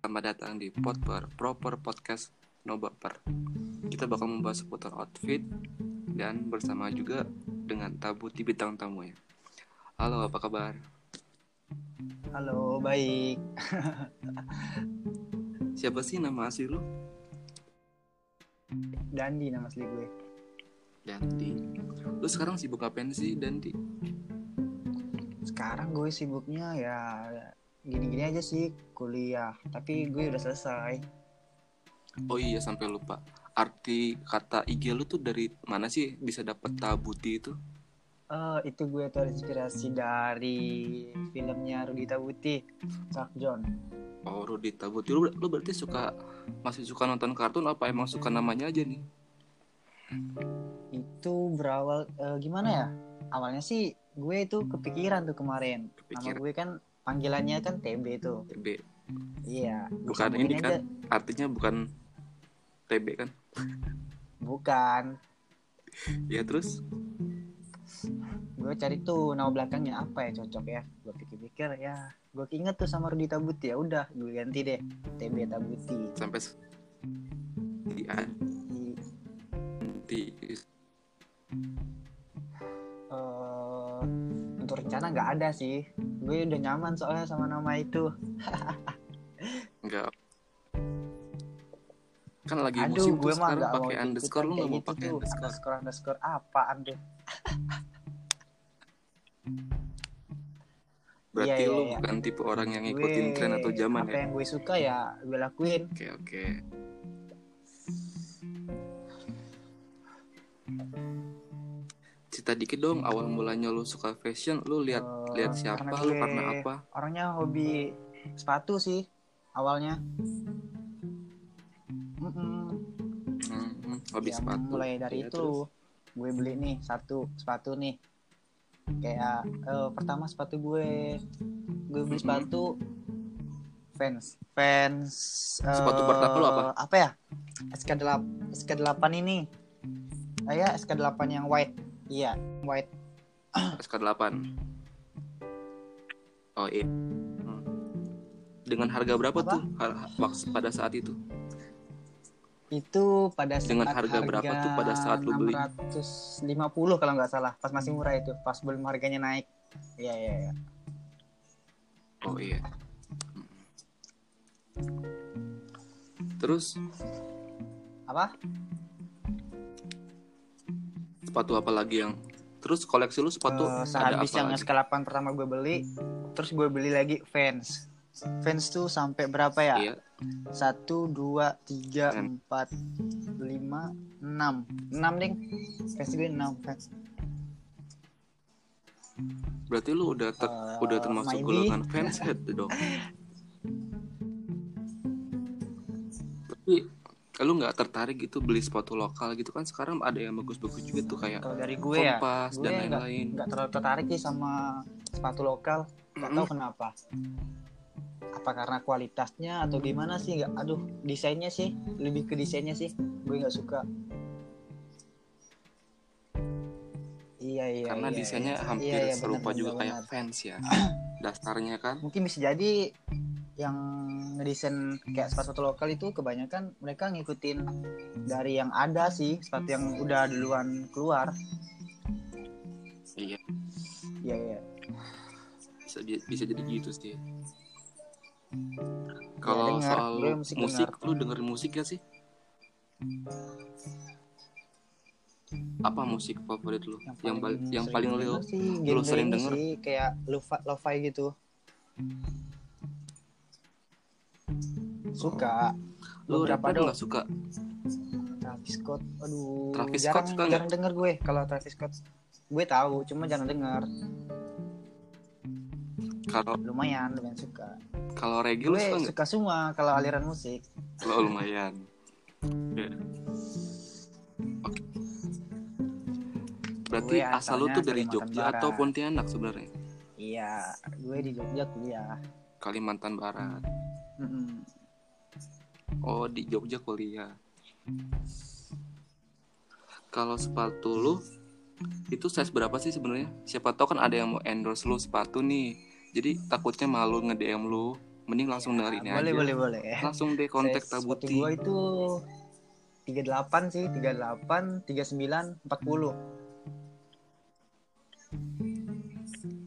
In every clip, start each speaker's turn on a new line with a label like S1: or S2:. S1: Selamat datang di Potper Proper Podcast No Baper. Kita bakal membahas seputar outfit dan bersama juga dengan tabu di bintang tamunya. Halo, apa kabar?
S2: Halo, baik.
S1: Siapa sih nama asli lu?
S2: Dandi nama asli gue.
S1: Dandi. Lu sekarang sibuk ngapain sih, Dandi?
S2: Sekarang gue sibuknya ya gini-gini aja sih kuliah, tapi gue udah selesai.
S1: Oh iya, sampai lupa. Arti kata IG lu tuh dari mana sih bisa dapet tabuti itu?
S2: Eh, itu gue terinspirasi dari filmnya Rudita Buti, Chuck John.
S1: Oh, Rudi Tabuti. Lu, lu berarti suka masih suka nonton kartun apa emang suka namanya aja nih?
S2: Itu berawal eh, gimana ya? Awalnya sih gue itu kepikiran tuh kemarin. Nama
S1: Kepikiran
S2: gue kan panggilannya kan TB tuh.
S1: TB.
S2: Iya. gue
S1: Bukan ini
S2: sambungin
S1: kan?
S2: aja.
S1: Artinya bukan TB kan?
S2: Bukan.
S1: Ya terus?
S2: gue cari tuh nama belakangnya apa ya cocok ya gue pikir-pikir ya gue keinget tuh sama Rudi Tabuti ya udah gue ganti deh TB Tabuti
S1: sampai se- di
S2: I-
S1: anti
S2: eh, untuk rencana nggak ada sih gue udah nyaman soalnya sama nama itu
S1: enggak kan lagi
S2: aduh
S1: musim
S2: gue
S1: tuh
S2: mah
S1: sekarang
S2: nggak
S1: pakai underscore lu nggak mau
S2: mau ikut kayak gitu
S1: pakai
S2: tuh.
S1: underscore
S2: underscore underscore apa deh
S1: berarti
S2: Iya, iya,
S1: lu
S2: iya.
S1: bukan tipe orang yang ngikutin tren atau zaman
S2: apa
S1: ya
S2: yang gue suka ya gue lakuin
S1: oke oke cerita dikit dong awal mulanya lu suka fashion lu lihat
S2: Gitu. Eh,
S1: lihat siapa
S2: karena
S1: lu
S2: gue
S1: karena apa
S2: orangnya hobi sepatu sih awalnya Mm-mm.
S1: hmm, hobi
S2: Ya,
S1: sepatu
S2: mulai dari
S1: Iya,
S2: itu
S1: terus?
S2: gue beli nih satu sepatu nih kayak eh, pertama sepatu gue gue beli
S1: Mhm.
S2: sepatu fans fans eh,
S1: Sepatu pertama lu apa?
S2: apa ya sk 8 sk 8 ini ah, ya sk 8 yang white iya white
S1: SK8
S2: Hmm.
S1: Oh iya Hmm. Dengan harga berapa
S2: Apa?
S1: tuh har- waktu pada saat itu?
S2: itu pada saat
S1: Dengan harga berapa tuh pada saat lu beli?
S2: 650 kalau nggak salah pas masih murah itu pas belum harganya naik iya iya iya
S1: Oh iya Hmm. Terus
S2: apa
S1: sepatu apa lagi yang Terus koleksi lu sepatu
S2: Eh,
S1: ada apa
S2: sehabis yang
S1: lagi?
S2: skala 8 pertama gue beli terus gue beli lagi fans fans tuh sampai berapa ya
S1: Iya
S2: satu dua tiga
S1: Hmm.
S2: empat lima enam enam ding fans gue enam fans
S1: Berarti lu udah ter-
S2: Eh,
S1: udah termasuk
S2: maybe.
S1: golongan fanshead dong Tapi lu nggak tertarik gitu beli sepatu lokal gitu kan sekarang ada yang bagus-bagus juga tuh kayak
S2: kalau dari gue ya
S1: kompas
S2: gue
S1: dan
S2: nggak-
S1: lain-lain.
S2: nggak terlalu tertarik sih sama sepatu lokal nggak tahu kenapa apa karena kualitasnya atau gimana sih nggak aduh desainnya sih lebih ke desainnya sih gue nggak suka iya iya
S1: karena
S2: iya,
S1: desainnya
S2: iya.
S1: hampir
S2: Iya, iya,
S1: serupa
S2: benar,
S1: juga
S2: benar,
S1: kayak
S2: benar.
S1: fans ya dasarnya kan
S2: mungkin bisa jadi yang ngedesain kayak sepatu lokal itu kebanyakan mereka ngikutin dari yang ada sih sepatu yang udah duluan keluar
S1: iya
S2: iya iya
S1: bisa bisa jadi gitu sih kalau
S2: denger.
S1: soal
S2: Gue musik
S1: musik lu dengerin musik gak sih apa musik favorit lu yang paling yang paling, lu
S2: denger sih,
S1: lu
S2: genre
S1: sering
S2: ini
S1: denger?
S2: sih kayak lo-fi lo-fi gitu suka
S1: Oh. lu
S2: Beberapa
S1: rapper
S2: dong.
S1: nggak suka
S2: Travis Scott aduh
S1: Travis
S2: jarang
S1: Scott suka nggak?
S2: jarang denger gue kalau Travis Scott gue tahu cuma jarang denger
S1: kalau
S2: lumayan lumayan suka
S1: kalau reggae lu
S2: gue
S1: suka nggak
S2: suka semua kalau aliran musik
S1: Lo lumayan. Ya. Oke. Berarti
S2: Gue
S1: asal lu
S2: asalnya
S1: tuh dari
S2: Kalimantan
S1: Jogja
S2: Barat.
S1: atau Pontianak sebenarnya?
S2: iya gue di Jogja kuliah
S1: Kalimantan Barat.
S2: Mm-mm.
S1: Oh, di Jogja kuliah. Kalau sepatu lu itu size berapa sih sebenarnya? Siapa tahu kan ada yang mau endorse lu sepatu nih. Jadi takutnya malu nge-DM lu, mending langsung dengerin ini
S2: Ya, boleh
S1: aja.
S2: boleh boleh
S1: Langsung deh kontak
S2: Size sepatu
S1: Tabuti.
S2: gua itu 38 sih 38 39 40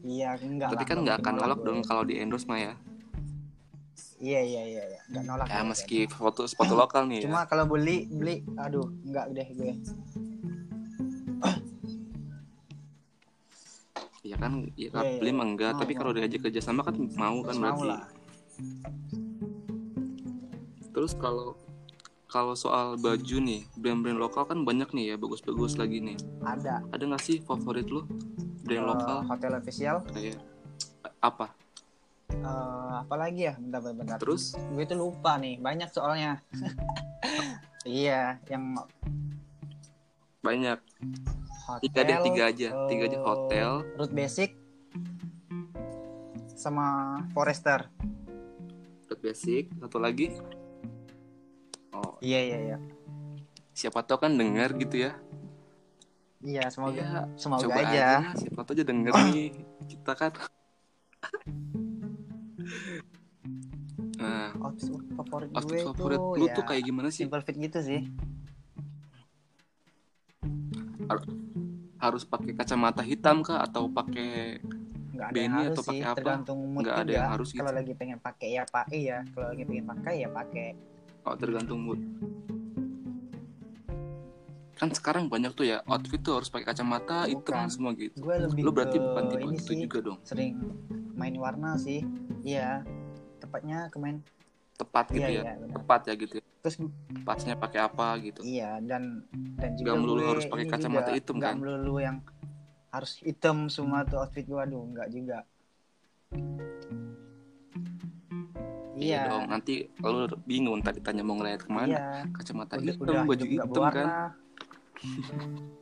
S2: Iya, enggak
S1: Tapi
S2: lah,
S1: kan nggak akan
S2: mungkin
S1: nolak dong
S2: gua.
S1: kalau di endorse mah ya.
S2: Iya, iya, iya, iya. Enggak nolak.
S1: Ya
S2: gua.
S1: meski foto sepatu lokal nih.
S2: Cuma
S1: ya.
S2: kalau beli, beli, aduh, enggak deh gue.
S1: Ya kan ya,
S2: Iya, iya,
S1: beli
S2: iya.
S1: mah enggak,
S2: Mau,
S1: tapi
S2: mau.
S1: kalau diajak kerja sama kan mau kan
S2: Mau
S1: berarti.
S2: lah.
S1: Terus kalau kalau soal baju nih, brand-brand lokal kan banyak nih ya,
S2: Hmm.
S1: bagus-bagus lagi nih.
S2: Ada
S1: Ada nggak sih favorit lu brand
S2: eh,
S1: lokal
S2: hotel official.
S1: kayak apa?
S2: Eh, apalagi ya? Bentar, bentar, bentar.
S1: Terus
S2: Gue tuh lupa nih, banyak soalnya. iya, yang
S1: banyak
S2: hotel.
S1: tiga deh tiga aja
S2: eh,
S1: tiga aja hotel
S2: Root Basic sama Forester.
S1: Root basic satu lagi oh
S2: Iya, iya, iya.
S1: siapa tau kan dengar gitu ya
S2: Iya, semoga
S1: Iya,
S2: semoga
S1: coba
S2: aja. Oh.
S1: siapa tau aja denger nih kita kan nah
S2: Outfit favorit gue
S1: outfit
S2: tuh
S1: favorit lu
S2: ya,
S1: tuh kayak gimana sih
S2: simple fit gitu sih.
S1: harus pakai kacamata hitam kah atau pakai
S2: nggak ada yang
S1: Beanie
S2: harus
S1: atau pakai
S2: sih
S1: apa?
S2: tergantung mood
S1: Nggak ada
S2: juga
S1: yang harus
S2: kalau
S1: gitu.
S2: lagi pengen pakai ya pakai ya kalau lagi pengen pakai ya pakai
S1: oh tergantung mood kan sekarang banyak tuh ya outfit tuh harus pakai kacamata hitam
S2: Bukan.
S1: semua gitu
S2: gue lebih
S1: lu berarti
S2: ke
S1: bukan tipe
S2: ini
S1: itu
S2: sih
S1: juga dong
S2: sering main warna sih iya tepatnya kemain
S1: tepat gitu
S2: iya
S1: ya
S2: iya benar
S1: tepat ya gitu ya
S2: terus
S1: pasnya pakai apa gitu
S2: iya dan dan juga
S1: Nggak melulu
S2: gue
S1: harus pakai
S2: ini
S1: kacamata
S2: juga,
S1: hitam,
S2: nggak
S1: kan?
S2: melulu yang harus hitam semua tuh outfit gue aduh nggak juga
S1: Iya
S2: iya
S1: dong nanti lu bingung tadi tanya mau ngeliat kemana
S2: iya
S1: kacamata
S2: udah,
S1: Kan hitam
S2: udah
S1: baju
S2: hidup nggak
S1: hitam kan
S2: berwarna.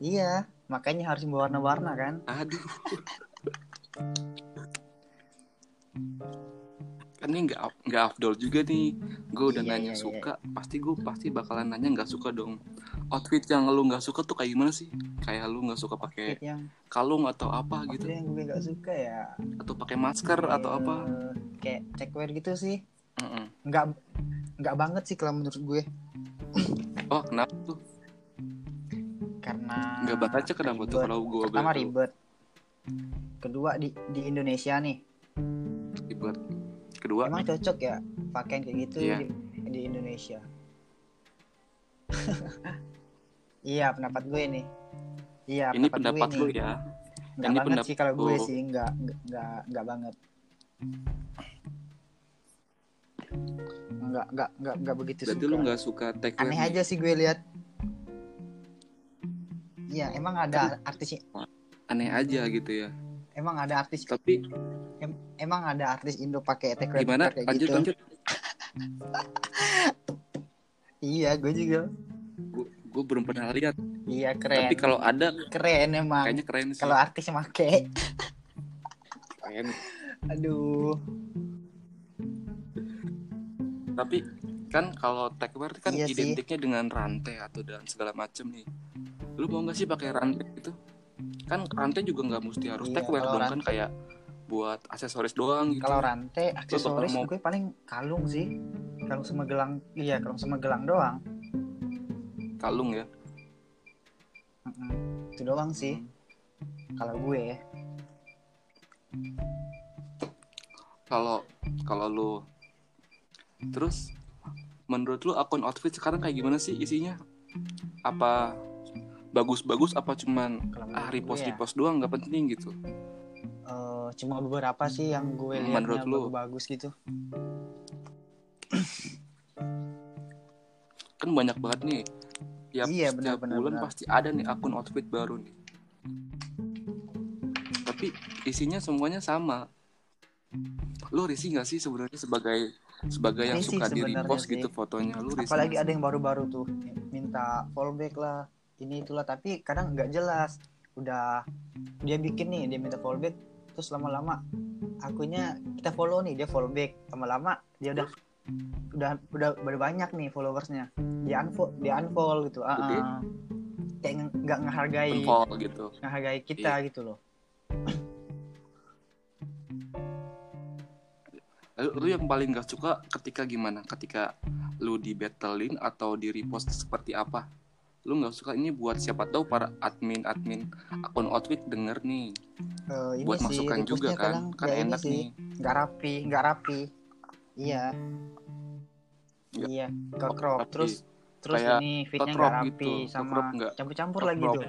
S2: iya makanya harus berwarna-warna kan
S1: aduh kan ini nggak af- nggak afdol juga nih gue udah
S2: Iya,
S1: nanya
S2: iya, iya.
S1: suka pasti gue pasti bakalan nanya nggak suka dong outfit yang lu nggak suka tuh kayak gimana sih kayak lu nggak suka pakai
S2: Outfit yang
S1: gitu. kalung atau apa
S2: outfit
S1: gitu
S2: yang gue gak suka ya
S1: atau pakai masker atau
S2: eh,
S1: apa
S2: kayak checkwear gitu sih
S1: Mm-mm.
S2: nggak nggak banget sih kalau menurut gue
S1: oh kenapa tuh
S2: karena
S1: nggak banget aja kenapa tuh
S2: ribet.
S1: kalau gue
S2: pertama ribet kedua di di Indonesia nih
S1: ribet kedua
S2: emang cocok ya pakaian kayak gitu
S1: Iya.
S2: di, di Indonesia iya pendapat gue nih iya
S1: ini pendapat lu
S2: gue nih.
S1: ya
S2: nggak
S1: ini
S2: banget
S1: pendapat
S2: sih kalau gue
S1: lu.
S2: sih nggak nggak- nggak nggak banget nggak nggak nggak nggak begitu
S1: berarti
S2: suka.
S1: lu nggak suka tag
S2: aneh aja sih gue lihat Iya, emang ada artis
S1: aneh aja gitu ya
S2: emang ada artis
S1: tapi
S2: emang ada artis Indo pakai etek
S1: gimana
S2: kayak
S1: lanjut
S2: gitu.
S1: lanjut
S2: Iya, gue juga.
S1: gue belum pernah lihat
S2: Iya, keren.
S1: tapi kalau ada
S2: keren emang.
S1: kayaknya keren sih
S2: Kalau artis pakai,
S1: keren Gitu.
S2: aduh.
S1: tapi kan kalau techwear kan
S2: Iya sih.
S1: identiknya dengan rantai atau dan segala macem nih lu mau nggak sih pakai rantai itu kan rantai juga nggak mesti harus
S2: Iya,
S1: techwear
S2: kalau
S1: dong kan kayak buat aksesoris doang gitu
S2: Kalau rantai, aksesoris
S1: mau-
S2: gue paling kalung sih. Kalung sama gelang. Iya, kalung sama gelang doang.
S1: kalung ya
S2: Mm-mm. Itu doang sih. Kalau gue,
S1: kalau kalau lu terus menurut lu akun outfit sekarang kayak gimana sih isinya apa bagus-bagus apa cuman
S2: kalau
S1: ah
S2: menurut
S1: repost
S2: gue ya,
S1: repost doang nggak penting gitu
S2: eh, cuma beberapa sih yang gue
S1: Hmm,
S2: lihat
S1: menurut lu?
S2: bagus gitu.
S1: kan banyak banget nih tiap,
S2: Iya,
S1: setiap
S2: benar, benar,
S1: bulan
S2: benar.
S1: pasti ada nih akun outfit baru nih tapi isinya semuanya sama lu risih nggak sih sebenarnya sebagai sebagai yang
S2: Risih
S1: suka di
S2: sebenarnya
S1: repost
S2: sih.
S1: gitu fotonya lu risih
S2: apalagi
S1: nggak
S2: ada yang baru-baru tuh minta fallback lah ini itulah tapi kadang nggak jelas udah dia bikin nih dia minta fallback terus lama-lama akunya kita follow nih dia fallback lama-lama dia udah udah udah udah banyak nih followersnya dia unfollow dia unfollow gitu ah,
S1: Oke.
S2: ah. kayak nge- nggak
S1: sih?
S2: ngehargai
S1: Unfollow gitu
S2: ngehargai kita gitu loh
S1: Lu, lu yang paling gak suka ketika gimana? Ketika lu di battlein atau di repost seperti apa? Lu gak suka ini buat siapa tahu para admin-admin akun outfit denger nih.
S2: Eh, ini
S1: buat
S2: sih
S1: masukan juga
S2: repostnya kadang
S1: kan. Kan
S2: nggak ini
S1: enak
S2: sih,
S1: nih.
S2: nggak rapi nggak rapi iya
S1: Nggak-
S2: iya nggak crop
S1: rapi.
S2: terus terus
S1: Kayak
S2: ini fitnya
S1: crop
S2: nggak rapi
S1: gitu, nggak
S2: sama
S1: crop nggak?
S2: campur-campur
S1: Nggak
S2: lagi
S1: crop.
S2: tuh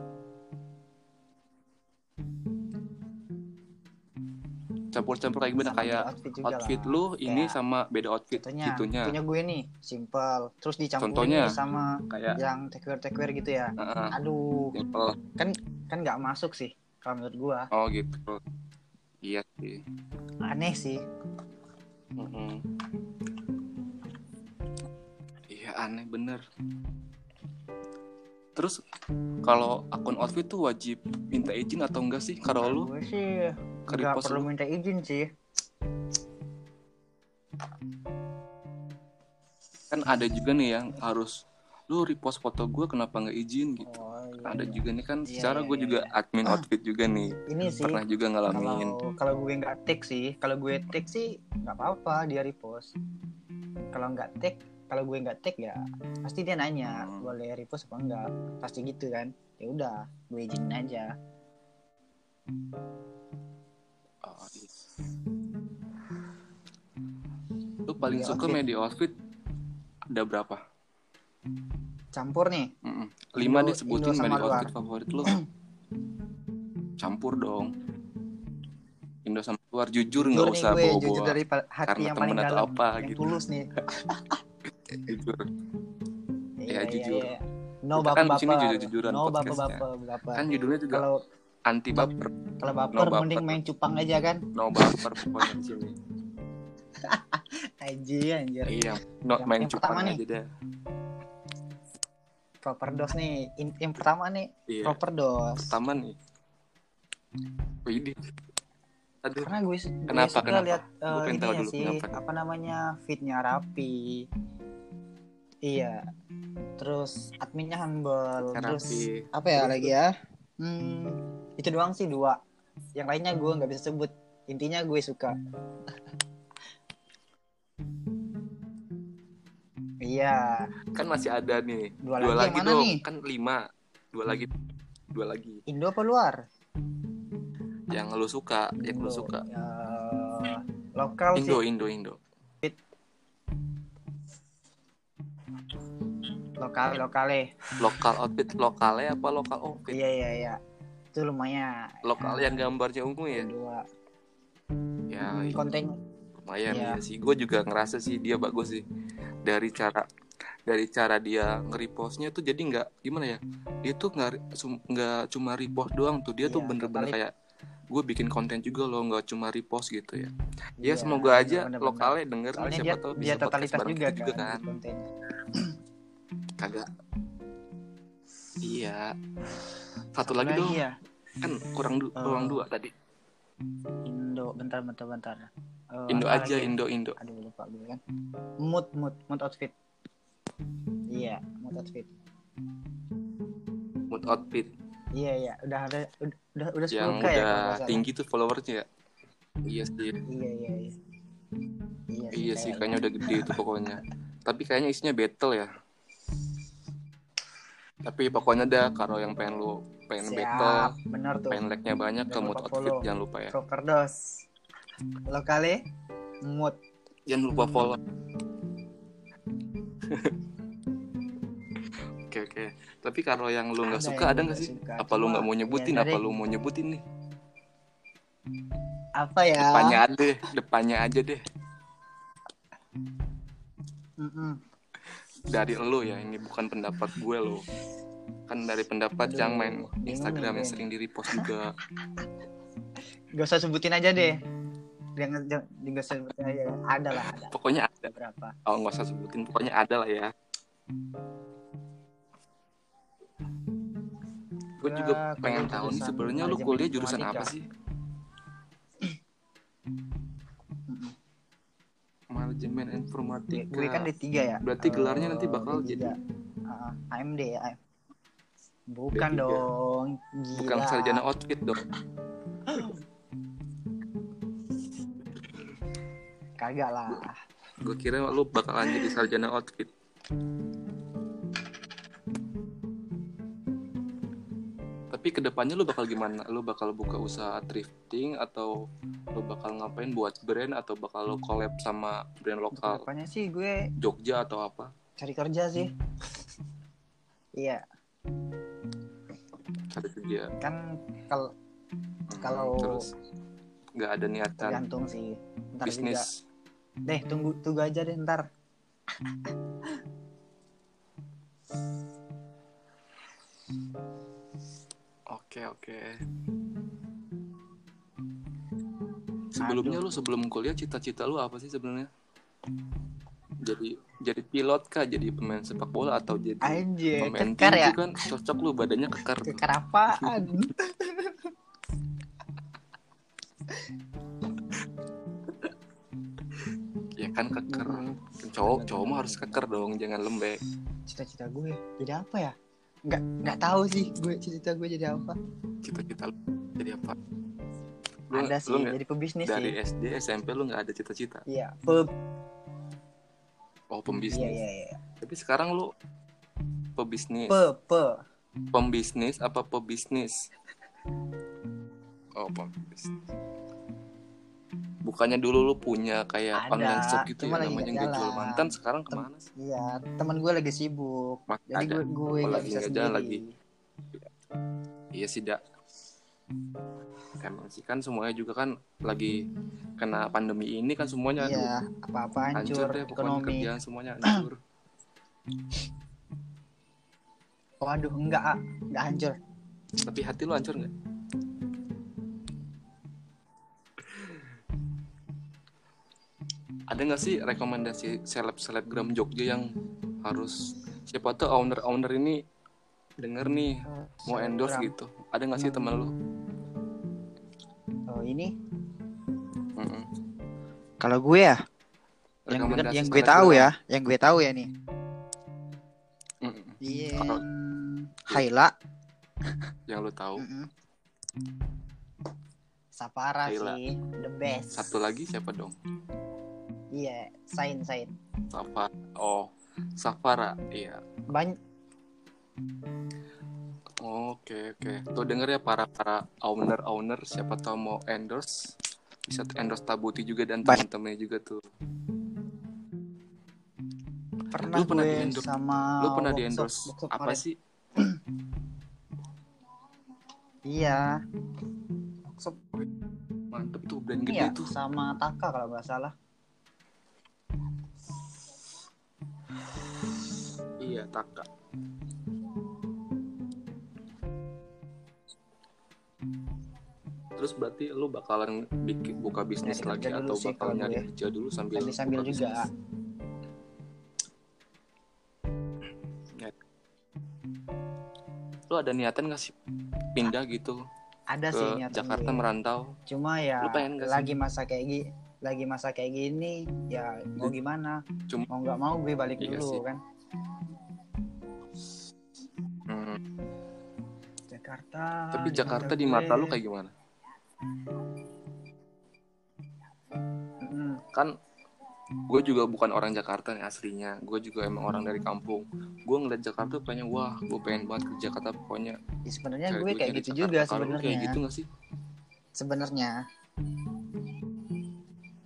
S1: Campur-campur kayak gimana?
S2: Sama
S1: Kayak
S2: outfit juga
S1: outfit
S2: lah.
S1: lu ini
S2: Kayak
S1: sama beda outfit
S2: contohnya
S1: gitunya.
S2: punya gue nih simple terus dicampurin
S1: Contohnya. Nah.
S2: nih sama
S1: Kayak
S2: yang tekwir tekwir gitu ya
S1: heeh,
S2: aduh
S1: simple.
S2: kan nggak masuk sih kalau menurut gua
S1: Oh gitu. Iya sih.
S2: aneh sih
S1: Mm-mm. Iya aneh bener. Terus kalau akun outfit tuh wajib minta izin atau enggak sih? Kalau lu
S2: gue sih
S1: ke
S2: nggak
S1: repost
S2: perlu
S1: lu?
S2: minta izin sih
S1: kan ada juga nih yang harus lu repost foto gue kenapa nggak izin gitu.
S2: oh, iya,
S1: Ada
S2: iya.
S1: juga nih kan
S2: Iya,
S1: secara
S2: iya,
S1: gue
S2: iya,
S1: juga admin
S2: Ah.
S1: outfit juga nih.
S2: ini sih
S1: Pernah juga
S2: kalau
S1: ngalamin.
S2: kalau gue nggak tag sih kalau gue tag sih nggak apa-apa dia repost kalau nggak tag kalau gue nggak tag ya pasti dia nanya
S1: Hmm.
S2: boleh repost apa enggak pasti gitu kan ya udah gue izinin aja
S1: Oh, iya. iya. Lu paling
S2: Media
S1: suka
S2: Iya, outfit.
S1: media outfit ada berapa?
S2: campur nih
S1: Mm-mm. Lima
S2: Indo-
S1: deh sebutin
S2: Indo sama
S1: media
S2: luar.
S1: outfit favorit lu. Campur dong. Indo sama luar jujur nggak
S2: nih
S1: usah
S2: gue jujur
S1: bawa-bawa
S2: dari pa- hati
S1: karena
S2: yang
S1: temen
S2: paling
S1: atau
S2: dalam
S1: apa
S2: yang
S1: gitu.
S2: tulus nih
S1: Jujur. Ya,
S2: Iya, iya,
S1: jujur.
S2: iya. no
S1: Kita kan di
S2: baper
S1: sini
S2: baper
S1: jujur-jujuran
S2: no baper
S1: podcastnya.
S2: baper baper
S1: Kan judulnya juga
S2: kalau
S1: anti baper,
S2: kalau
S1: No
S2: baper
S1: baper.
S2: mending main cupang aja kan
S1: no baper pokoknya di sini.
S2: anjir anjir
S1: Iya, no
S2: Yang-
S1: main
S2: yang pertama
S1: cupang
S2: nih.
S1: aja deh.
S2: proper dos nih In- yang pertama nih
S1: Iya,
S2: proper dos
S1: pertama nih. Oh, Widih. Aduh,
S2: karena gue, gue
S1: Kenapa,
S2: suka
S1: kenapa?
S2: lihat
S1: Gue
S2: eh,
S1: pengen tahu
S2: ininya
S1: dulu
S2: sih
S1: kenapa nih.
S2: apa namanya fitnya rapi iya terus adminnya humble terus
S1: terapi.
S2: apa ya
S1: Terus-
S2: lagi ya hmm, itu doang sih dua yang lainnya gue nggak bisa sebut intinya gue suka iya
S1: Kan masih ada nih.
S2: dua,
S1: dua
S2: lagi,
S1: lagi
S2: yang mana
S1: dong
S2: nih
S1: kan lima dua lagi dua lagi
S2: Indo apa luar
S1: yang lu suka yang lu
S2: Indo.
S1: suka
S2: Eh, lokal
S1: Indo
S2: sih
S1: Indo Indo
S2: lokal ya. lokale
S1: lokal outfit lokalnya apa lokal outfit
S2: Iya iya iya. Itu lumayan.
S1: lokal yang gambarnya ungu ya
S2: Dua.
S1: ya
S2: Hmm, konten
S1: lumayan
S2: Iya.
S1: ya sih gue juga ngerasa sih dia bagus sih dari cara dari cara dia ngeripostnya tuh jadi nggak gimana ya dia tuh nggak sum- nggak cuma repost doang tuh dia tuh
S2: Iya,
S1: bener-bener
S2: tertarik.
S1: kayak gue bikin konten juga loh nggak cuma repost gitu ya ya
S2: Iya,
S1: semoga aja
S2: bener-bener.
S1: lokalnya denger nih,
S2: Soalnya
S1: siapa
S2: dia,
S1: tahu bisa
S2: dia
S1: podcast
S2: totalitas
S1: bareng
S2: juga,
S1: kita
S2: kan, kontennya.
S1: kagak iya satu lagi dong
S2: ya.
S1: kan kurang du-
S2: Eh.
S1: kurang dua tadi
S2: Indo bentar bentar bentar. Eh,
S1: Indo
S2: apa
S1: aja
S2: lagi?
S1: Indo Indo
S2: Aduh lupa gue kan. Mood mood mood outfit. Iya, mood outfit.
S1: mood outfit
S2: Iya iya, udah ada udah udah, udah 10
S1: yang
S2: k ya kalau nggak
S1: udah
S2: salah.
S1: tinggi tuh followersnya ya iya sih
S2: Iya iya iya. Iya sih,
S1: iya sih
S2: kayaknya.
S1: kayaknya udah gede itu pokoknya tapi kayaknya isinya battle ya tapi pokoknya dah kalau yang pengen lu pengen battle
S2: Siap, benar tuh.
S1: pengen like-nya banyak ke
S2: Jangan
S1: mood
S2: lupa
S1: outfit
S2: follow.
S1: jangan lupa ya
S2: Proper dos. Lokale mood.
S1: jangan lupa follow oke oke tapi kalau yang lu nggak
S2: Ada
S1: suka
S2: yang
S1: ada
S2: gua
S1: nggak
S2: nggak
S1: sih
S2: suka,
S1: apa lu
S2: cuma
S1: nggak mau
S2: ya
S1: nyebutin
S2: dari-
S1: apa lu mau nyebutin nih
S2: Apa ya?
S1: depannya aja deh depannya aja deh
S2: Mm-mm.
S1: dari lo ya ini bukan pendapat gue lo kan dari pendapat
S2: Aduh,
S1: yang main
S2: bingung
S1: Instagram
S2: nih
S1: yang
S2: gue
S1: sering di repost juga
S2: Gak usah sebutin aja deh. Jangan jangan nggak usah sebutin aja. Ada lah, ada
S1: pokoknya ada
S2: beberapa.
S1: oh nggak usah sebutin pokoknya ada lah ya gue
S2: Ya,
S1: juga
S2: kalau
S1: pengen tahu nih
S2: jurusan
S1: sebenarnya lu
S2: manajemen
S1: kuliah jurusan
S2: informatika.
S1: apa sih
S2: Mm-mm.
S1: manajemen
S2: Gue,
S1: informatika
S2: gue kan D3 ya.
S1: Berarti gelarnya nanti
S2: Eh,
S1: bakal
S2: D3.
S1: jadi-
S2: Ah, ah, AMD ya. AM. Bukan
S1: D3.
S2: dong. Gila.
S1: bukan sarjana outfit dong
S2: kagak lah
S1: Gue kira lu bakalan jadi sarjana outfit. Tapi kedepannya lu bakal gimana? Lu bakal buka usaha thrifting atau lu bakal ngapain buat brand atau bakal lu collab sama brand lokal
S2: Pokoknya sih gue
S1: Jogja atau apa?
S2: cari kerja sih
S1: Hmm.
S2: iya
S1: Cari kerja.
S2: kan kalau
S1: Hmm,
S2: Kalau-
S1: terus nggak ada niatan
S2: tergantung sih ntar juga
S1: Kan. bisnis.
S2: deh tunggu tunggu aja deh ntar
S1: Oke, oke. Sebelumnya lu sebelum kuliah cita-cita lu apa sih sebenarnya? Jadi jadi pilot kah? Jadi pemain sepak bola atau jadi
S2: anjir
S1: pemain
S2: kekar
S1: tim
S2: ya
S1: tuh kan cocok lu badannya kekar. tuh.
S2: kekar apaan
S1: Ya kan kekar.
S2: Hmm.
S1: Cowok cowok mah harus kekar dong, jangan lembek.
S2: cita-cita gue jadi apa ya nggak nggak tahu sih gue cita-cita gue jadi apa
S1: Cita-cita lu jadi apa? Lu,
S2: ada sih
S1: lu nggak-
S2: jadi pebisnis
S1: dari
S2: sih
S1: SD SMP lu nggak ada cita-cita.
S2: iya peb
S1: Oh,
S2: iya
S1: pembisnis.
S2: iya iya
S1: Tapi sekarang lu pebisnis.
S2: pe pe
S1: pembisnis apa pebisnis? Oh, pembisnis. Bukannya dulu lu punya kayak
S2: Ada,
S1: online shop gitu
S2: cuma
S1: ya
S2: lagi
S1: namanya
S2: nggak
S1: yang jual
S2: jalan.
S1: mantan sekarang kemana sih?
S2: iya teman gue lagi sibuk
S1: Mas,
S2: jadi
S1: ada.
S2: gue gue
S1: Oh,
S2: nggak
S1: lagi
S2: bisa
S1: nggak
S2: sendiri
S1: jalan Iya sih dak. Emang sih kan semuanya juga kan lagi kena pandemi ini kan semuanya aduh,
S2: iya apa-apa hancur,
S1: deh pokoknya
S2: ekonomi
S1: kerjaan semuanya hancur.
S2: waduh enggak ah enggak hancur
S1: Tapi hati lu hancur nggak? Ada nggak sih rekomendasi seleb selebgram Jogja yang harus siapa tuh owner owner ini denger nih mau endorse
S2: Selebgram.
S1: gitu? Ada nggak sih teman lu?
S2: oh ini
S1: Mm-mm.
S2: kalau gue ya yang,
S1: Rekomendasi
S2: yang gue
S1: selebgram.
S2: tahu ya yang gue tahu ya nih
S1: Mm-mm.
S2: iya
S1: Apa?
S2: Haila
S1: Yang lu tahu.
S2: Mm-mm. Sapara
S1: Haila.
S2: sih the best
S1: Satu lagi siapa dong?
S2: iya Sain Sain
S1: Safara. Oh, Safara. Iya.
S2: banyak
S1: Oke oke. Tuh denger ya para para owner owner siapa tahu mau endorse bisa endorse Tabuti juga dan
S2: Baik.
S1: teman-temannya juga tuh.
S2: pernah,
S1: Lu pernah
S2: gue
S1: di-endorse-
S2: sama
S1: Lu pernah
S2: Ah, workshop-
S1: di endorse
S2: workshop
S1: apa
S2: kemarin.
S1: sih?
S2: iya workshop
S1: Mantep tuh brand gede
S2: iya
S1: tuh.
S2: sama Taka kalau nggak salah
S1: Iya Taka. Terus berarti lu bakalan bikin buka bisnis
S2: Nyari
S1: lagi
S2: kerja dulu
S1: atau
S2: sih
S1: bakal
S2: kalau
S1: nyari
S2: gue.
S1: kerja dulu sambil
S2: sambil sambil
S1: buka
S2: juga
S1: bisnis? Lu ada niatan gak sih pindah gitu
S2: ada
S1: ke
S2: sih niatan
S1: Jakarta
S2: gue.
S1: merantau?
S2: cuma ya
S1: Lu pengen nggak sih?
S2: lagi masa kayak gini lagi masa kayak gini ya mau gimana
S1: Cuma-
S2: mau nggak mau gue balik
S1: Iya
S2: dulu
S1: sih.
S2: kan
S1: Hmm.
S2: Jakarta
S1: Tapi
S2: di
S1: Jakarta
S2: mata
S1: di mata
S2: gue.
S1: lu kayak gimana?
S2: Mm-mm.
S1: Kan gue juga bukan orang Jakarta nih aslinya. Gue juga emang orang dari kampung. Gue ngeliat Jakarta kayaknya wah, gue pengen banget ke Jakarta pokoknya.
S2: Ya, sebenarnya
S1: cewek
S2: gue kayak
S1: jadi
S2: gitu
S1: Jakarta.
S2: juga
S1: Kalau lu Kayak
S2: sebenarnya
S1: gitu gak sih?
S2: sebenarnya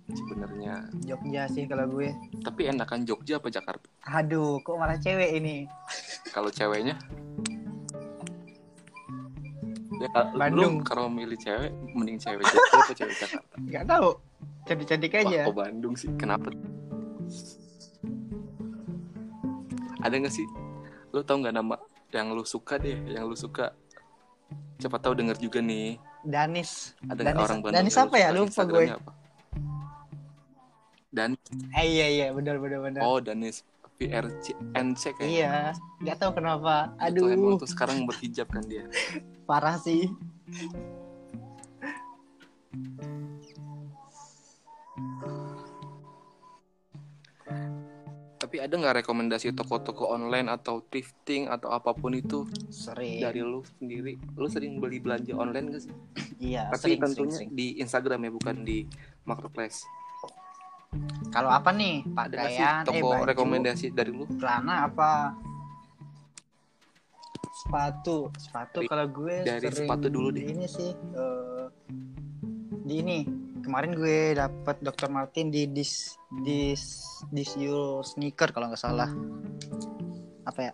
S1: Sebenarnya.
S2: Jogja sih kalau gue
S1: Tapi enakan Jogja apa Jakarta?
S2: aduh kok malah cewek ini
S1: Kalau ceweknya? Ya, kalau-
S2: Bandung.
S1: Lu kalau milih cewek, mending cewek Jogja apa cewek Jakarta?
S2: nggak tahu cantik-cantik aja
S1: Wah, kok Bandung sih? Kenapa? Ada nggak sih? Lu tau nggak nama yang lu suka deh, yang lu suka? Siapa tahu denger juga nih.
S2: Danis
S1: Ada nggak
S2: Danis-
S1: orang Bandung?
S2: Danis
S1: yang lu
S2: apa ya?
S1: suka?
S2: Lupa gue.
S1: Instagramnya apa? Dan
S2: eh iya iya benar benar benar
S1: oh Danis VRC NC kayaknya.
S2: iya nggak tahu kenapa
S1: Itu emang
S2: aduh
S1: tuh sekarang berhijab kan dia.
S2: parah sih
S1: Tapi ada nggak rekomendasi toko-toko online atau thrifting atau apapun itu
S2: sering
S1: dari lu sendiri? Lu sering beli belanja online gak sih?
S2: iya
S1: Nah, Tapi
S2: sering, sering
S1: tentunya
S2: sering
S1: di Instagram ya bukan di marketplace.
S2: Kalau apa nih?
S1: Ada nggak sih
S2: Pakaian, eh
S1: toko
S2: baju,
S1: rekomendasi dari lu?
S2: celana apa? Sepatu, sepatu kalau gue
S1: Dari
S2: sering
S1: sepatu dulu deh.
S2: Ini sih eh, di ini kemarin gue dapet Dr. Martin di dis dis dis your sneaker kalau nggak salah. Apa ya?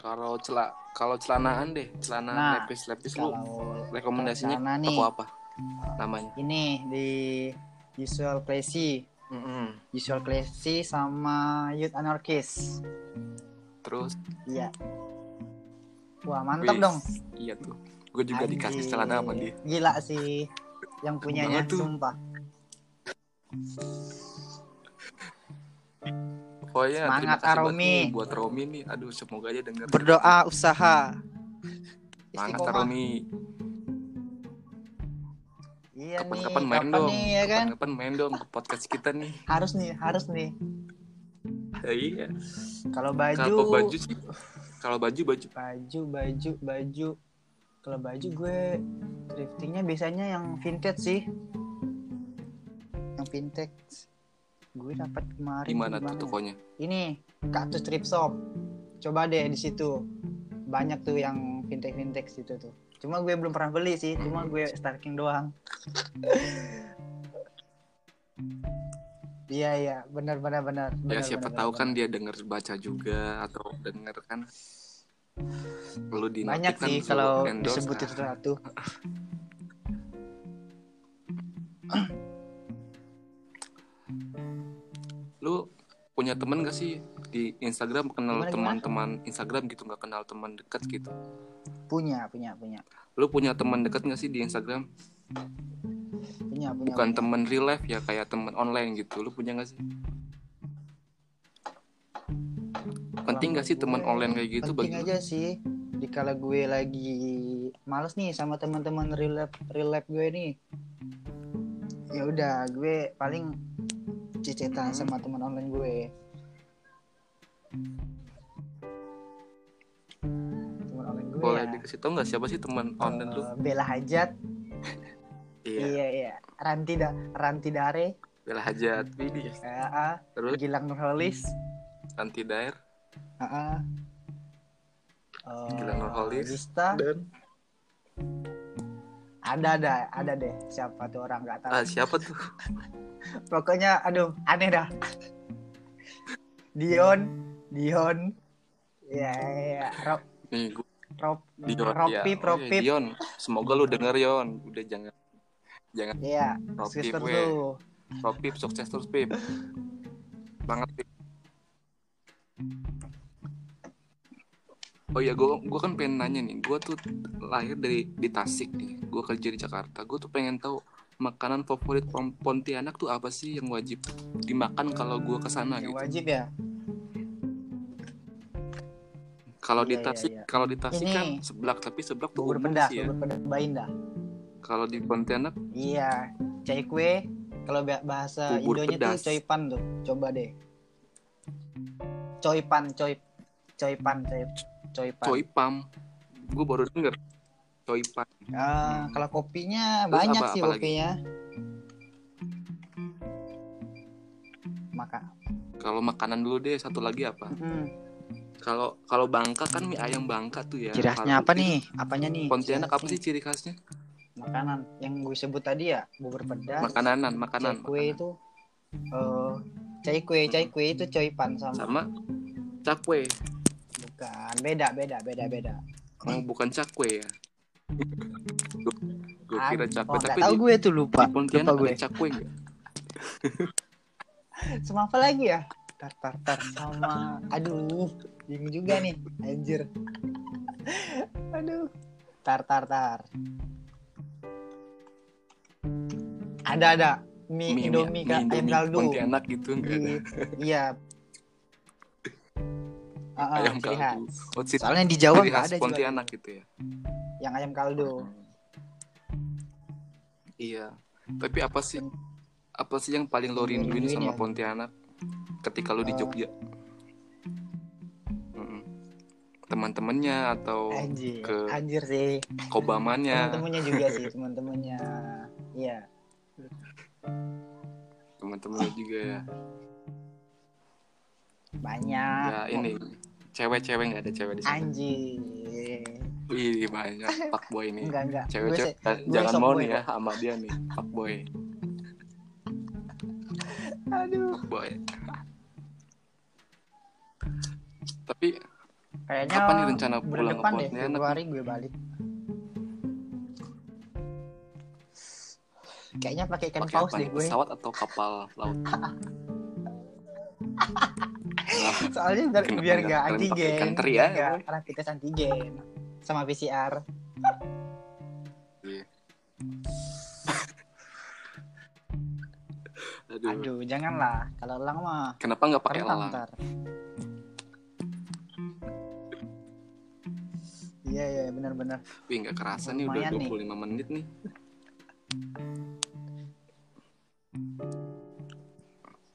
S1: Kalau celak kalau celanaan deh, celana
S2: Nah,
S1: lepis-lepis lu
S2: Kalau
S1: rekomendasinya
S2: celana nih. Hmm.
S1: toko apa? Namanya.
S2: ini di usual classy,
S1: Mm-mm.
S2: usual classy sama youth anarchist.
S1: Terus
S2: Iya. Wah mantap dong.
S1: Wis, Iya tuh. Gue juga dikasih
S2: Anjir.
S1: celana sama dia.
S2: Gila sih yang punyanya
S1: Banget tuh.
S2: sumpah.
S1: Pokoknya
S2: Semangat,
S1: Oh iya, terima kasih buat
S2: Aromi.
S1: lu, buat Romi nih. Aduh, semoga aja denger.
S2: Berdoa, usaha.
S1: Semangat
S2: Istiqomah.
S1: Romi.
S2: Iya
S1: Kapan-kapan
S2: nih,
S1: main
S2: kapan
S1: dong.
S2: nih ya kan?
S1: Kapan-kapan main dong ke podcast kita nih.
S2: Harus nih, harus nih.
S1: Ya, iya.
S2: Kalau baju,
S1: Kalau baju sih kalau baju baju
S2: baju, baju, baju. Kalau baju gue thriftingnya biasanya yang vintage sih. Yang vintage. Gue dapat kemarin.
S1: di mana
S2: di
S1: tuh
S2: mana?
S1: tokonya?
S2: ini kaktus strip shop coba deh di situ banyak tuh yang fintech fintech situ tuh cuma gue belum pernah beli sih cuma
S1: Hmm.
S2: gue stalking doang iya iya benar benar benar
S1: Ya
S2: benar,
S1: siapa
S2: benar,
S1: tahu
S2: benar.
S1: kan dia denger baca juga atau denger kan perlu di
S2: banyak
S1: kan
S2: sih
S1: lu
S2: kalau
S1: endorse
S2: disebutin
S1: kan.
S2: satu
S1: Lu punya temen gak sih di Instagram kenal
S2: Gimana,
S1: teman-teman Instagram gitu nggak kenal teman dekat gitu
S2: punya punya punya
S1: lu punya teman dekat nggak sih di Instagram
S2: punya punya
S1: bukan
S2: punya.
S1: teman real life ya kayak teman online gitu lu punya nggak sih penting nggak sih teman
S2: gue,
S1: online kayak gitu bagi
S2: penting
S1: lu?
S2: aja sih dikala gue lagi males nih sama teman-teman real life, real life gue nih ya udah gue paling
S1: Hmm.
S2: cecetan sama teman online gue teman online gue
S1: boleh
S2: ya,
S1: dikasih tau nggak siapa sih teman online lu
S2: eh, Bella Hajat
S1: iya
S2: iya iya Ranti da Ranti Dare
S1: Bella Hajat Widi
S2: eh, ah.
S1: terus
S2: Gilang Nurholis
S1: Nanti Dair
S2: ah, ah. Eh,
S1: Gilang Nurholis.
S2: Gista
S1: dan
S2: ada ada ada deh siapa tuh orang nggak tahu
S1: ah, siapa tuh
S2: pokoknya aduh aneh dah Dion Dion ya ya Rob
S1: nih gua,
S2: Hmm, Rob
S1: Dion ya.
S2: Ropi
S1: Oh, iya,
S2: Ropi ya
S1: Dion semoga lu denger Yon udah jangan Ropi
S2: Iya, sister
S1: gue
S2: tuh
S1: Ropi sukses terus Pip banget Pip Oh iya, gue gua kan pengen nanya nih. Gue tuh lahir dari di Tasik nih. Gue kerja di Jakarta. Gue tuh pengen tahu makanan favorit Pon- Pontianak tuh apa sih yang wajib dimakan kalau gue kesana
S2: yang
S1: gitu.
S2: wajib ya
S1: Kalau di
S2: Iya, iya,
S1: Tasik,
S2: iya.
S1: kalau di Tasik
S2: Ini.
S1: kan seblak, tapi seblak tuh
S2: bubur
S1: umum
S2: pedas
S1: sih ya.
S2: bubur pedas bain dah
S1: Kalau di Pontianak
S2: iya cai kue kalau ba- bahasa
S1: Bubur
S2: Indonya
S1: pedas.
S2: tuh coy pan tuh coba deh coy pan coy coy pan coy coy pan
S1: coy pam. Gue baru denger coy pam.
S2: Ah, kalau kopinya
S1: Terus
S2: banyak
S1: apa-
S2: sih
S1: apa lagi?
S2: kopinya maka
S1: Kalau makanan dulu deh, satu lagi apa?
S2: hmm.
S1: Kalau kalau Bangka kan mie ayam Bangka tuh ya.
S2: Ciri khasnya apa
S1: Kalau di
S2: nih? Apanya nih?
S1: Pontianak
S2: Ciri
S1: apa sih
S2: khasnya?
S1: ciri khasnya?
S2: Makanan yang gue sebut tadi ya, bubur pedas,
S1: Makananan,
S2: cai
S1: makanan.
S2: kue
S1: makanan.
S2: itu eh cai kue, cai kue itu coy pan sama.
S1: Sama cakwe.
S2: Bukan, beda, beda, beda, beda.
S1: Oh, bukan cakwe ya. gue
S2: Ah,
S1: kira cakwe,
S2: oh, nggak
S1: tapi
S2: tahu
S1: di,
S2: gue tuh lupa.
S1: di Pontianak
S2: Lupa gue.
S1: ada cakwe nggak?
S2: Sama apa lagi ya? Tar tar tar sama aduh, bingung juga nih, anjir. aduh. Tar tar tar. Ada ada mie,
S1: ya? mie
S2: Indomie, Kak, ayam
S1: Indomie
S2: kaldu.
S1: Pontianak gitu nggak ada.
S2: Di- iya Ah, ah,
S1: Ayam
S2: ciri khas.
S1: kaldu. Oh, ciri,
S2: soalnya di Jawa
S1: ciri
S2: nggak
S1: khas
S2: ada juga
S1: Pontianak gitu ya.
S2: yang ayam kaldu
S1: Iya. Tapi apa sih apa sih yang paling lo
S2: Yang
S1: rinduin
S2: rinduin
S1: sama
S2: ya.
S1: Pontianak ketika lo di
S2: Eh.
S1: Jogja? Mm-mm. Teman-temannya atau
S2: anjir
S1: Oh, ke Ya.
S2: anjir sih
S1: kobamannya?
S2: teman-temannya juga sih teman-temannya iya
S1: teman-teman lu juga ya
S2: banyak
S1: ya ini cewek-cewek nggak ada cewek di sana
S2: Ah. anjing
S1: Wih, banyak pak boy nih
S2: enggak enggak Gue
S1: cewek-cewek
S2: se-
S1: jangan
S2: soft
S1: mau
S2: boy,
S1: nih ya sama dia nih pak boy
S2: aduh
S1: boy tapi
S2: kayaknya
S1: kapan nih rencana
S2: bulan
S1: pulang ke
S2: depan deh
S1: Pontianak
S2: Februari gue balik kayaknya pakai ikan
S1: pakai
S2: Kan paus
S1: apa
S2: deh
S1: nih
S2: gue
S1: pesawat atau kapal laut Nah,
S2: soalnya biar
S1: Kenapa
S2: biar
S1: nggak
S2: gak
S1: kalian pakai
S2: antigen
S1: ikan teri ya,
S2: biar
S1: aja,
S2: nggak
S1: Boy?
S2: rapid test antigen sama PCR
S1: aduh,
S2: aduh janganlah kalau elang mah
S1: kenapa nggak Iya. pakai
S2: Kentang
S1: lalang
S2: ntar. Iya iya benar-benar.
S1: Wih nggak kerasa nih udah
S2: Lumayan nih.
S1: 25 menit nih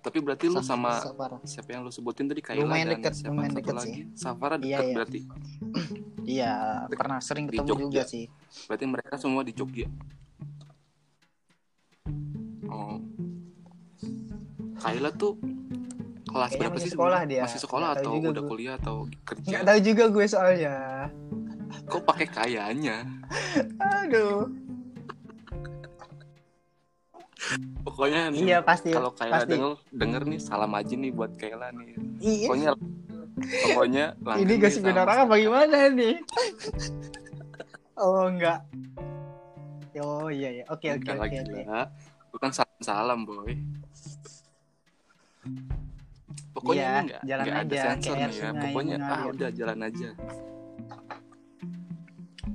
S1: tapi berarti lu sama
S2: Susah parah.
S1: siapa yang lu sebutin tadi Kayla
S2: Lumayan
S1: dan
S2: deket,
S1: siapa
S2: lumayan
S1: satu
S2: deket
S1: lagi
S2: sih.
S1: Safara
S2: Iya,
S1: deket
S2: iya.
S1: berarti
S2: Iya pernah sering
S1: Di
S2: ketemu
S1: Jogja.
S2: juga sih.
S1: berarti mereka semua di Jogja oh Kayla tuh kelas
S2: Kayaknya
S1: berapa
S2: masih
S1: sih
S2: sekolah
S1: sebenarnya?
S2: dia.
S1: masih sekolah
S2: Nggak tahu
S1: atau
S2: juga
S1: udah
S2: gue.
S1: kuliah atau kerja
S2: Nggak tahu juga gue soalnya.
S1: kok pakai kayaknya
S2: Aduh.
S1: pokoknya nih,
S2: Iya pasti.
S1: kalau Kayla
S2: pasti.
S1: denger denger nih salam aja nih buat Kayla nih
S2: Iya.
S1: pokoknya pokoknya
S2: Ini
S1: langgeng
S2: gosip
S1: nih sama-
S2: beneran apa gimana nih? oh enggak. Oh iya iya. Oke oke
S1: Enggak
S2: oke.
S1: lagi
S2: oke.
S1: lah. bukan kan salam salam boy pokoknya
S2: Iya,
S1: ini enggak
S2: jalan
S1: enggak ada
S2: aja,
S1: sensor
S2: kayak
S1: nih
S2: air
S1: ya
S2: sungai
S1: pokoknya ah
S2: mengalir.
S1: udah jalan aja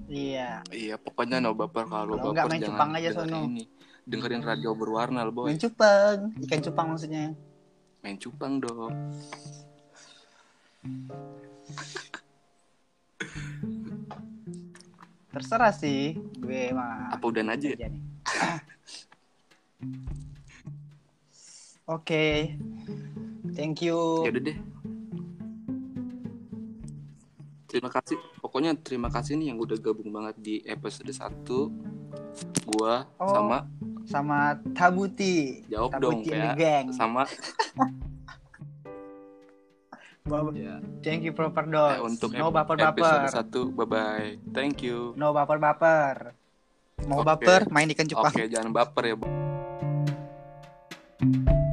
S2: Iya.
S1: iya pokoknya no baper kalau
S2: Hmm. Kalau enggak
S1: baper
S2: main
S1: jangan
S2: cupang aja
S1: dengerin
S2: sono. Hmm.
S1: ini dengerin radio berwarna loh boy
S2: Main cupang, ikan cupang maksudnya.
S1: main cupang dong
S2: Terserah sih, gue mah.
S1: apa udah aja ya?
S2: aja nih. Oke. Thank you.
S1: ya udah deh terima kasih pokoknya terima kasih nih yang udah gabung banget di episode 1 gua
S2: Oh.
S1: sama
S2: Sama Tabuti.
S1: Jawab dong,
S2: Tabuti and
S1: Pea.
S2: the gang.
S1: sama
S2: Ba-
S1: ya
S2: Thank you proper
S1: eh,
S2: dose.
S1: untuk
S2: no
S1: ep- episode
S2: baper-baper.
S1: 1 bye bye thank you
S2: No baper-baper.
S1: Oke.
S2: Mau baper, main ikan
S1: oke
S2: cupang.
S1: jangan baper ya